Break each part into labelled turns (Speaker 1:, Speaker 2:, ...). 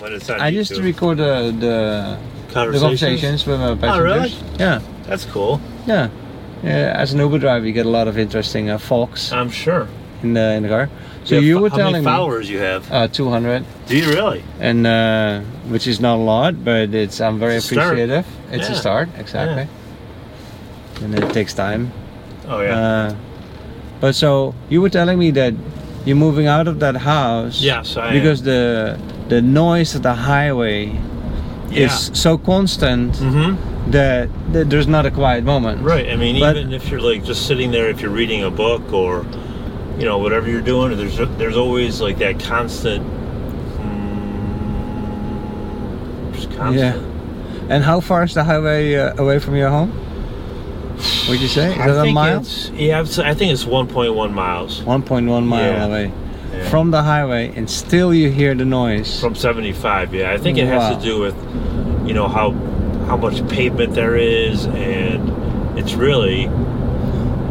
Speaker 1: when it's on
Speaker 2: I
Speaker 1: YouTube.
Speaker 2: used to record the the, the conversations with my
Speaker 1: Oh, really?
Speaker 2: passengers. Yeah,
Speaker 1: That's cool.
Speaker 2: yeah. Yeah, as an Uber driver, you get a lot of interesting uh, folks
Speaker 1: I'm sure.
Speaker 2: in the in the car. So
Speaker 1: Yeah,
Speaker 2: you
Speaker 1: f-
Speaker 2: were
Speaker 1: how
Speaker 2: telling
Speaker 1: many
Speaker 2: me
Speaker 1: followers you have?
Speaker 2: uh, 200,
Speaker 1: Do you really?
Speaker 2: and uh, which is not a lot, but it's I'm very
Speaker 1: It's a start.
Speaker 2: appreciative. It's a
Speaker 1: Yeah.
Speaker 2: start, exactly. And it takes time.
Speaker 1: Oh yeah.
Speaker 2: Uh, but so you were telling me that you're moving out of that house.
Speaker 1: Yes, I am.
Speaker 2: Because the the noise of the highway
Speaker 1: yeah.
Speaker 2: is so constant
Speaker 1: Mm-hmm.
Speaker 2: that, that there's not a quiet moment.
Speaker 1: Right. I mean,
Speaker 2: But-
Speaker 1: even if you're like just sitting there, if you're reading a book or you know whatever you're doing, there's there's always like that constant. mm, Just constant.
Speaker 2: And how far is the highway uh, away from your home? Would you say is
Speaker 1: I
Speaker 2: that a
Speaker 1: think
Speaker 2: mile?
Speaker 1: it's- Yeah, it's, I think it's 1.1 miles
Speaker 2: 1.1 mile
Speaker 1: Yeah.
Speaker 2: away
Speaker 1: yeah,
Speaker 2: from the highway, and still you hear the noise.
Speaker 1: from 75. Yeah, I think it has
Speaker 2: Wow.
Speaker 1: to do with you know how how much pavement there is, and it's really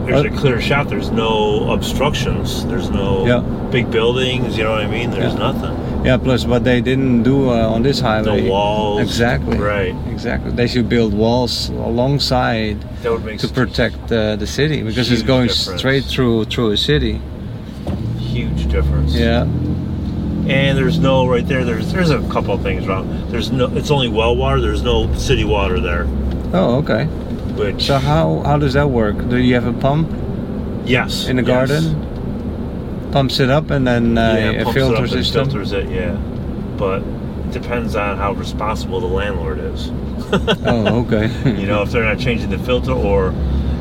Speaker 1: there's
Speaker 2: Uh,
Speaker 1: a clear shot. There's no obstructions. There's no
Speaker 2: Yeah.
Speaker 1: big buildings. You know what I mean? There's
Speaker 2: Yeah.
Speaker 1: nothing.
Speaker 2: yeah. Plus, what they didn't do uh, on this
Speaker 1: No
Speaker 2: highway.
Speaker 1: walls.
Speaker 2: Exactly.
Speaker 1: Right.
Speaker 2: Exactly. They should build walls alongside
Speaker 1: That would make
Speaker 2: to protect uh, the city because it's
Speaker 1: Huge
Speaker 2: going
Speaker 1: difference.
Speaker 2: straight through through a city.
Speaker 1: huge difference.
Speaker 2: Yeah.
Speaker 1: And there's no right there. There's there's a couple things wrong. There's no. It's only well water. There's no city water there.
Speaker 2: Oh, okay.
Speaker 1: Which
Speaker 2: So how how does that work? Do you have a pump
Speaker 1: yes.
Speaker 2: in the
Speaker 1: yes.
Speaker 2: garden? Pumps it up and then uh,
Speaker 1: yeah,
Speaker 2: a
Speaker 1: pumps it up
Speaker 2: filter
Speaker 1: and
Speaker 2: system.
Speaker 1: filters it, yeah. But it depends on how responsible the landlord is.
Speaker 2: Oh, okay.
Speaker 1: You know, if they're not changing the filter or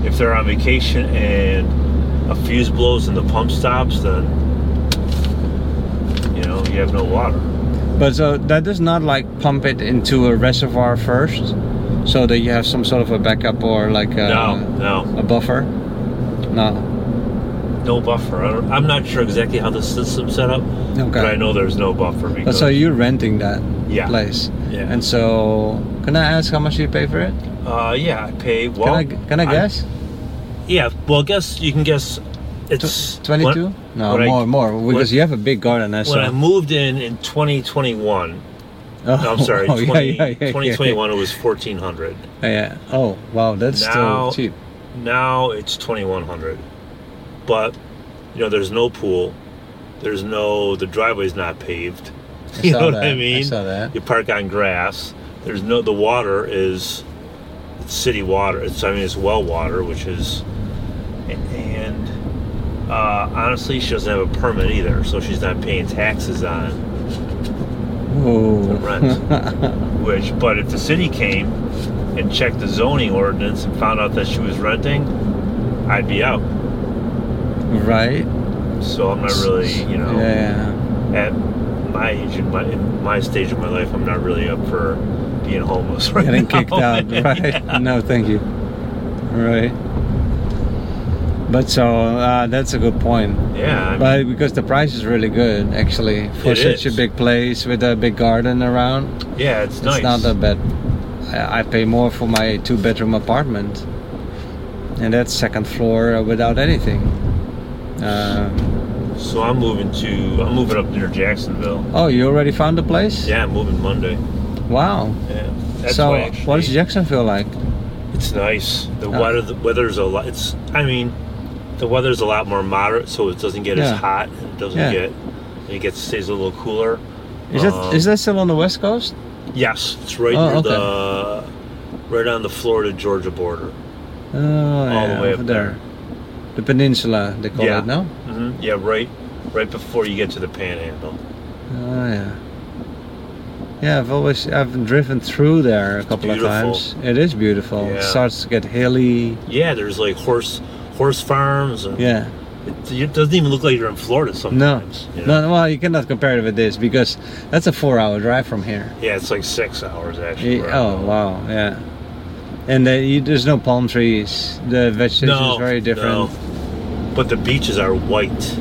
Speaker 1: if they're on vacation and a fuse blows and the pump stops, then you know you have no water.
Speaker 2: But so that does not like pump it into a reservoir first, so that you have some sort of a backup or like a,
Speaker 1: no, no,
Speaker 2: a buffer. No.
Speaker 1: no buffer. I don't, I'm not sure exactly how the system's set up, but I
Speaker 2: Okay. Oh,
Speaker 1: know there's no buffer because
Speaker 2: So you're renting that
Speaker 1: yeah,
Speaker 2: place,
Speaker 1: yeah,
Speaker 2: and so can I ask how much you pay for it?
Speaker 1: uh, yeah. I pay. Well,
Speaker 2: can I can I guess?
Speaker 1: yeah. Well, guess you can guess. It's
Speaker 2: Tw- 22? no,
Speaker 1: when I-
Speaker 2: more, more, because
Speaker 1: when-
Speaker 2: you have a big garden. I
Speaker 1: When I
Speaker 2: saw.
Speaker 1: moved in in 2021,
Speaker 2: Oh,
Speaker 1: no, I'm sorry,
Speaker 2: oh,
Speaker 1: 20,
Speaker 2: yeah, yeah, yeah, yeah,
Speaker 1: 2021, it was 1400.
Speaker 2: Yeah, yeah. Oh, wow, that's
Speaker 1: Now-
Speaker 2: still cheap.
Speaker 1: Now it's 2100. But, you know, there's no pool. There's no, the driveway's not paved.
Speaker 2: I
Speaker 1: You
Speaker 2: saw
Speaker 1: know
Speaker 2: that.
Speaker 1: what I mean?
Speaker 2: saw that.
Speaker 1: You park on grass. There's no, the water is it's city water. It's, I mean, it's well water, which is, and uh, honestly, she doesn't have a permit either, so she's not paying taxes on it.
Speaker 2: Whoa.
Speaker 1: rent. Which, but if the city came and checked the zoning ordinance and found out that she was renting, I'd be out.
Speaker 2: right?
Speaker 1: So I'm not really, you know,
Speaker 2: Yeah.
Speaker 1: at my age in my in my stage of my life, I'm not really up for being homeless right
Speaker 2: Getting
Speaker 1: now.
Speaker 2: kicked out, right?
Speaker 1: Yeah.
Speaker 2: No, thank you. Right. But so uh, that's a good point.
Speaker 1: Yeah, I mean,
Speaker 2: But because the price is really good, actually, for
Speaker 1: It
Speaker 2: such
Speaker 1: is.
Speaker 2: a big place with a big garden around,
Speaker 1: yeah, it's nice.
Speaker 2: it's not that bad. I, I pay more for my two-bedroom apartment, and that's second floor without anything. Um,
Speaker 1: so I'm moving to I'm moving up near Jacksonville.
Speaker 2: oh, you already found a place?
Speaker 1: Yeah, I'm moving Monday.
Speaker 2: Wow.
Speaker 1: Yeah, that's
Speaker 2: so,
Speaker 1: why actually,
Speaker 2: what is Jacksonville like?
Speaker 1: It's nice. The
Speaker 2: Yeah.
Speaker 1: weather, the weather's a lot. It's, I mean, the weather's a lot more moderate, so it doesn't get
Speaker 2: Yeah.
Speaker 1: as hot. It doesn't
Speaker 2: Yeah.
Speaker 1: get. It gets stays a little cooler.
Speaker 2: Is that
Speaker 1: Um,
Speaker 2: is that still on the west coast?
Speaker 1: Yes, it's right
Speaker 2: Oh,
Speaker 1: near the, right on the Florida Georgia border.
Speaker 2: Oh,
Speaker 1: all the
Speaker 2: yeah,
Speaker 1: way
Speaker 2: over
Speaker 1: up
Speaker 2: there.
Speaker 1: there.
Speaker 2: The peninsula they call
Speaker 1: Yeah.
Speaker 2: it now.
Speaker 1: hmm Yeah, right, right before you get to the Panhandle.
Speaker 2: Oh yeah. Yeah, I've always I've driven through there a couple
Speaker 1: beautiful.
Speaker 2: of times. It is beautiful.
Speaker 1: Yeah.
Speaker 2: It starts to get hilly.
Speaker 1: Yeah, there's like horse horse farms. And
Speaker 2: Yeah.
Speaker 1: it, it doesn't even look like you're in Florida
Speaker 2: No.
Speaker 1: sometimes. you know?
Speaker 2: No, well, you cannot compare it with this because that's a 4-hour drive from here.
Speaker 1: Yeah, it's like six hours actually.
Speaker 2: Yeah,
Speaker 1: right?
Speaker 2: Oh, wow. Yeah. And the, you, there's no palm trees. The vegetation
Speaker 1: no,
Speaker 2: is very different.
Speaker 1: no. But the beaches are white.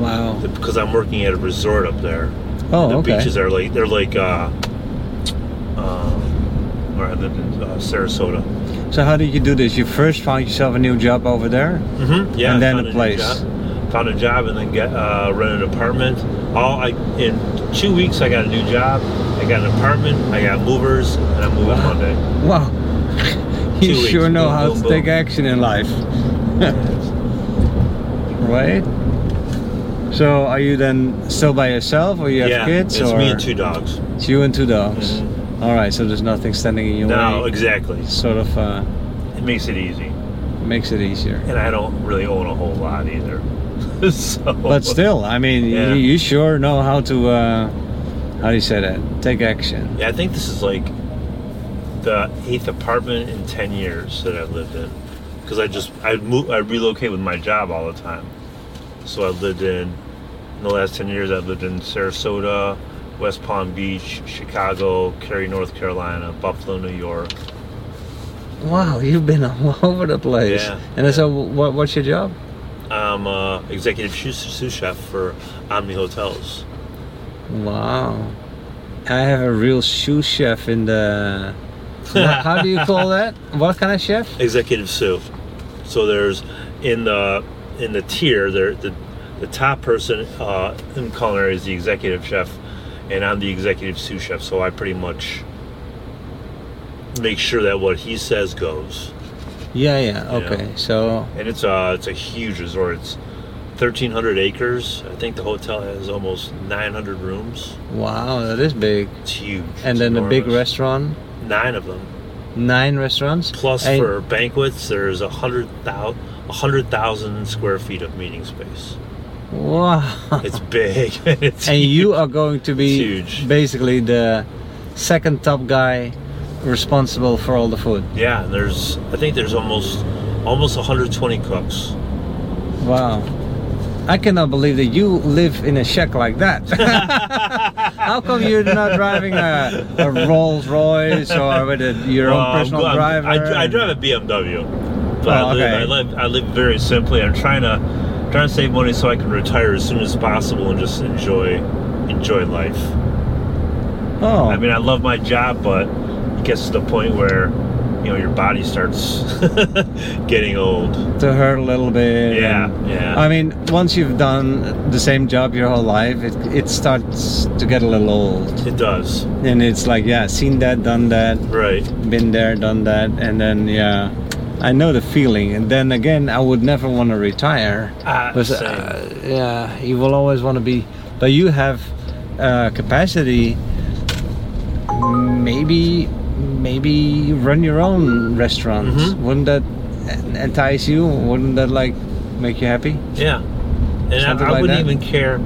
Speaker 2: Wow.
Speaker 1: because I'm working at a resort up there.
Speaker 2: Oh,
Speaker 1: the
Speaker 2: okay.
Speaker 1: beaches are like they're like uh, uh, where I lived in uh, Sarasota.
Speaker 2: So how did you do this? You first found yourself a new job over there?
Speaker 1: Mm-hmm. Yeah,
Speaker 2: And then
Speaker 1: found
Speaker 2: a
Speaker 1: new
Speaker 2: place.
Speaker 1: job- found a job and then get uh, rented an apartment. All I in two weeks I got a new job I got an apartment, I got movers, and I'm moving Monday.
Speaker 2: Wow. you
Speaker 1: Two weeks,
Speaker 2: sure know
Speaker 1: boom,
Speaker 2: how
Speaker 1: boom,
Speaker 2: to
Speaker 1: boom.
Speaker 2: take action in life. right? So are you then still by yourself or you have
Speaker 1: yeah,
Speaker 2: kids?
Speaker 1: it's
Speaker 2: or
Speaker 1: me and two dogs.
Speaker 2: It's you and two dogs.
Speaker 1: Mhm.
Speaker 2: All right, so there's nothing standing in your
Speaker 1: No,
Speaker 2: way.
Speaker 1: exactly.
Speaker 2: Sort of uh,
Speaker 1: It makes it easy,
Speaker 2: makes it easier.
Speaker 1: and I don't really own a whole lot either. so,
Speaker 2: But still, I mean,
Speaker 1: Yeah.
Speaker 2: you, you sure know how to, uh, how do you say that? Take action.
Speaker 1: yeah, I think this is like the eighth apartment in ten years that I've lived in, because I just I move I relocate with my job all the time, so I've lived in in the last ten years I've lived in Sarasota, West Palm Beach, Chicago, Cary, North Carolina, Buffalo, New York.
Speaker 2: Wow, you've been all over the place.
Speaker 1: Yeah.
Speaker 2: And so, what, what's your job?
Speaker 1: I'm uh, executive sous, sous chef for Omni Hotels.
Speaker 2: Wow. I have a real shoe chef in the. Wha- how do you call that? What kind of chef?
Speaker 1: executive sous. So there's in the in the tier there the the top person uh, in culinary is the executive chef, and I'm the executive sous chef. So I pretty much make sure that what he says goes.
Speaker 2: Yeah, yeah, okay. So,
Speaker 1: And it's a it's a huge resort. It's 1,300 acres. I think the hotel has almost 900 rooms.
Speaker 2: wow, that is big.
Speaker 1: It's huge.
Speaker 2: And
Speaker 1: It's
Speaker 2: then a big
Speaker 1: enormous.
Speaker 2: restaurant,
Speaker 1: Nine of them.
Speaker 2: nine restaurants.
Speaker 1: Plus,
Speaker 2: And-
Speaker 1: for banquets, there's a hundred thousand, a hundred thousand square feet of meeting space.
Speaker 2: Wow.
Speaker 1: It's big. it's
Speaker 2: and you are going to be
Speaker 1: Huge.
Speaker 2: basically the second top guy responsible for all the food.
Speaker 1: yeah. and There's I think there's almost almost 120 cooks.
Speaker 2: Wow. I cannot believe that you live in a shack like that. How come you're not driving a, a Rolls Royce or with a, your own
Speaker 1: Uh, I'm
Speaker 2: personal
Speaker 1: glad-
Speaker 2: driver?
Speaker 1: I, I drive a BMW, but I,
Speaker 2: Oh,
Speaker 1: live,
Speaker 2: okay.
Speaker 1: I live I live very simply. I'm trying to trying to save money so I can retire as soon as possible and just enjoy enjoy life.
Speaker 2: Oh,
Speaker 1: I mean, I love my job, but it gets to the point where you know your body starts getting old.
Speaker 2: to hurt a little bit.
Speaker 1: Yeah,
Speaker 2: and-
Speaker 1: yeah.
Speaker 2: I mean, once you've done the same job your whole life, it, it starts to get a little old.
Speaker 1: It does.
Speaker 2: And it's like, yeah, seen that, done that.
Speaker 1: Right.
Speaker 2: been there, done that, and then yeah, I know the feeling. And then again, I would never want to retire.
Speaker 1: Ah,
Speaker 2: Because,
Speaker 1: same.
Speaker 2: uh, yeah, you will always want to be, but you have uh, capacity. Maybe, maybe you run your own restaurant.
Speaker 1: Mhm.
Speaker 2: Wouldn't that en- entice you? Wouldn't that like make you happy?
Speaker 1: yeah. And I,
Speaker 2: Something
Speaker 1: I
Speaker 2: like
Speaker 1: wouldn't
Speaker 2: that.
Speaker 1: even care.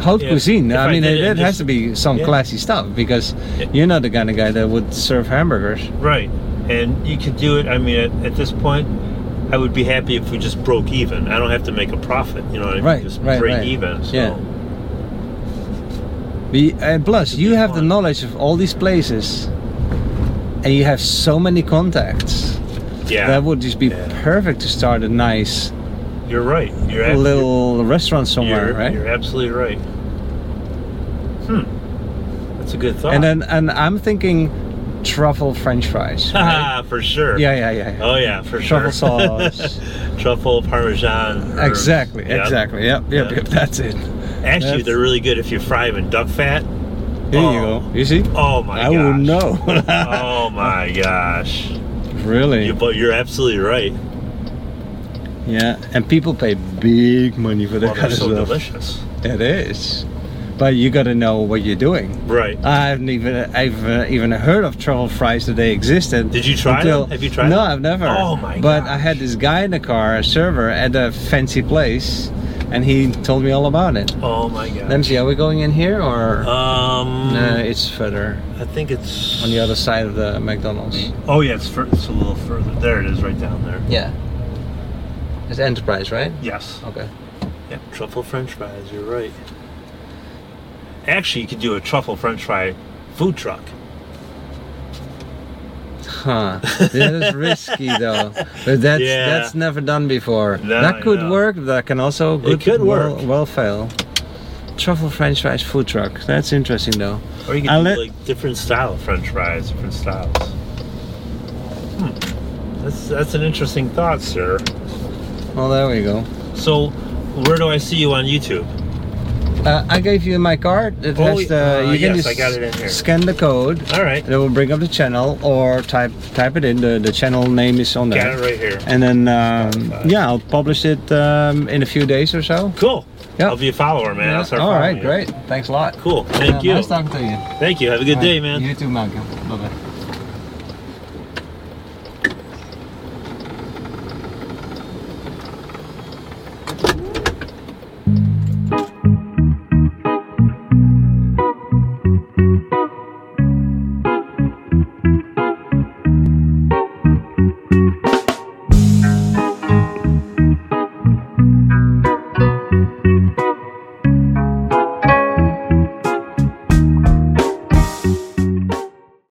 Speaker 2: Haute
Speaker 1: Yeah,
Speaker 2: cuisine.
Speaker 1: if
Speaker 2: I
Speaker 1: I
Speaker 2: mean,
Speaker 1: did
Speaker 2: it,
Speaker 1: it
Speaker 2: it
Speaker 1: just-
Speaker 2: has to be some
Speaker 1: yeah.
Speaker 2: classy stuff because
Speaker 1: Yeah.
Speaker 2: you're not the kind of guy that would serve hamburgers.
Speaker 1: Right. And you could do it. I mean, at, at this point, I would be happy if we just broke even. I don't have to make a profit. You know what I mean?
Speaker 2: Right,
Speaker 1: Just
Speaker 2: right,
Speaker 1: break
Speaker 2: right.
Speaker 1: even. So.
Speaker 2: Yeah. Be, and plus,
Speaker 1: Should
Speaker 2: you
Speaker 1: be
Speaker 2: have the
Speaker 1: fun.
Speaker 2: knowledge of all these places, and you have so many contacts.
Speaker 1: Yeah.
Speaker 2: That would just be
Speaker 1: Yeah.
Speaker 2: perfect to start a nice
Speaker 1: You're right. You're ab-
Speaker 2: little restaurant
Speaker 1: you're,
Speaker 2: somewhere,
Speaker 1: you're-
Speaker 2: right?
Speaker 1: You're absolutely right. Hmm. That's a good thought.
Speaker 2: and then, and I'm thinking truffle French fries. right?
Speaker 1: Ah, for sure.
Speaker 2: yeah, yeah, yeah. yeah.
Speaker 1: Oh yeah, for
Speaker 2: Truffle
Speaker 1: sure.
Speaker 2: sauce.
Speaker 1: Truffle parmesan. herbs.
Speaker 2: exactly,
Speaker 1: Yep.
Speaker 2: exactly. Yep, yep,
Speaker 1: Yeah.
Speaker 2: yep. That's it.
Speaker 1: Actually,
Speaker 2: That's-
Speaker 1: they're really good if you fry them in duck fat.
Speaker 2: Here you
Speaker 1: Oh.
Speaker 2: go. You see?
Speaker 1: Oh my
Speaker 2: I
Speaker 1: gosh.
Speaker 2: would know.
Speaker 1: oh my gosh.
Speaker 2: really?
Speaker 1: You, but you're absolutely right.
Speaker 2: Yeah. And people pay big money for that
Speaker 1: Well,
Speaker 2: kind
Speaker 1: they're
Speaker 2: of
Speaker 1: so
Speaker 2: stuff.
Speaker 1: delicious.
Speaker 2: It is, but you got to know what you're doing.
Speaker 1: Right.
Speaker 2: I haven't even I've uh, even heard of truffle fries that they existed.
Speaker 1: Did you try
Speaker 2: until-
Speaker 1: them? Have you tried
Speaker 2: No,
Speaker 1: them?
Speaker 2: I've never.
Speaker 1: Oh my
Speaker 2: But I
Speaker 1: gosh.
Speaker 2: had this guy in the car, a server at a fancy place, and he told me all about it.
Speaker 1: Oh my gosh.
Speaker 2: Let me see. Are we going in here or?
Speaker 1: Um,
Speaker 2: no, it's further
Speaker 1: I think it's
Speaker 2: on the other side of the McDonald's.
Speaker 1: Oh yeah, it's, fur- it's a little further. There it is, right down there.
Speaker 2: Yeah. It's Enterprise, right?
Speaker 1: Yes.
Speaker 2: Okay.
Speaker 1: Yeah, truffle French fries. You're right. Actually, you could do a truffle French fry food truck.
Speaker 2: Huh. That is risky though. But that's
Speaker 1: Yeah.
Speaker 2: that's never done before.
Speaker 1: No,
Speaker 2: that
Speaker 1: I
Speaker 2: could
Speaker 1: know.
Speaker 2: work, that can also good-
Speaker 1: could
Speaker 2: well,
Speaker 1: work.
Speaker 2: well fail. Truffle French fries food truck. That's interesting though.
Speaker 1: Or you could
Speaker 2: I'll
Speaker 1: do
Speaker 2: let-
Speaker 1: like different style French fries, different styles. Hmm. That's that's an interesting thought, sir.
Speaker 2: Well there we go.
Speaker 1: So, where do I see you on YouTube?
Speaker 2: Uh, I gave you my card. It
Speaker 1: Oh,
Speaker 2: has the,
Speaker 1: uh,
Speaker 2: you can
Speaker 1: yes,
Speaker 2: just
Speaker 1: I got it in here.
Speaker 2: scan the code.
Speaker 1: All right.
Speaker 2: It will bring up the channel or type type it in. The, the channel name is on there.
Speaker 1: Got it right here.
Speaker 2: And then, um,
Speaker 1: Spotify.
Speaker 2: yeah, I'll publish it um, in a follow-up or so.
Speaker 1: Cool.
Speaker 2: Yeah.
Speaker 1: I'll be a follower, man. I'll start
Speaker 2: All
Speaker 1: following
Speaker 2: right,
Speaker 1: you.
Speaker 2: great. Thanks a lot.
Speaker 1: Cool. Thank
Speaker 2: Yeah,
Speaker 1: you.
Speaker 2: Nice talking to you.
Speaker 1: Thank you. Have a good day, man.
Speaker 2: You too, Malcolm. Bye bye.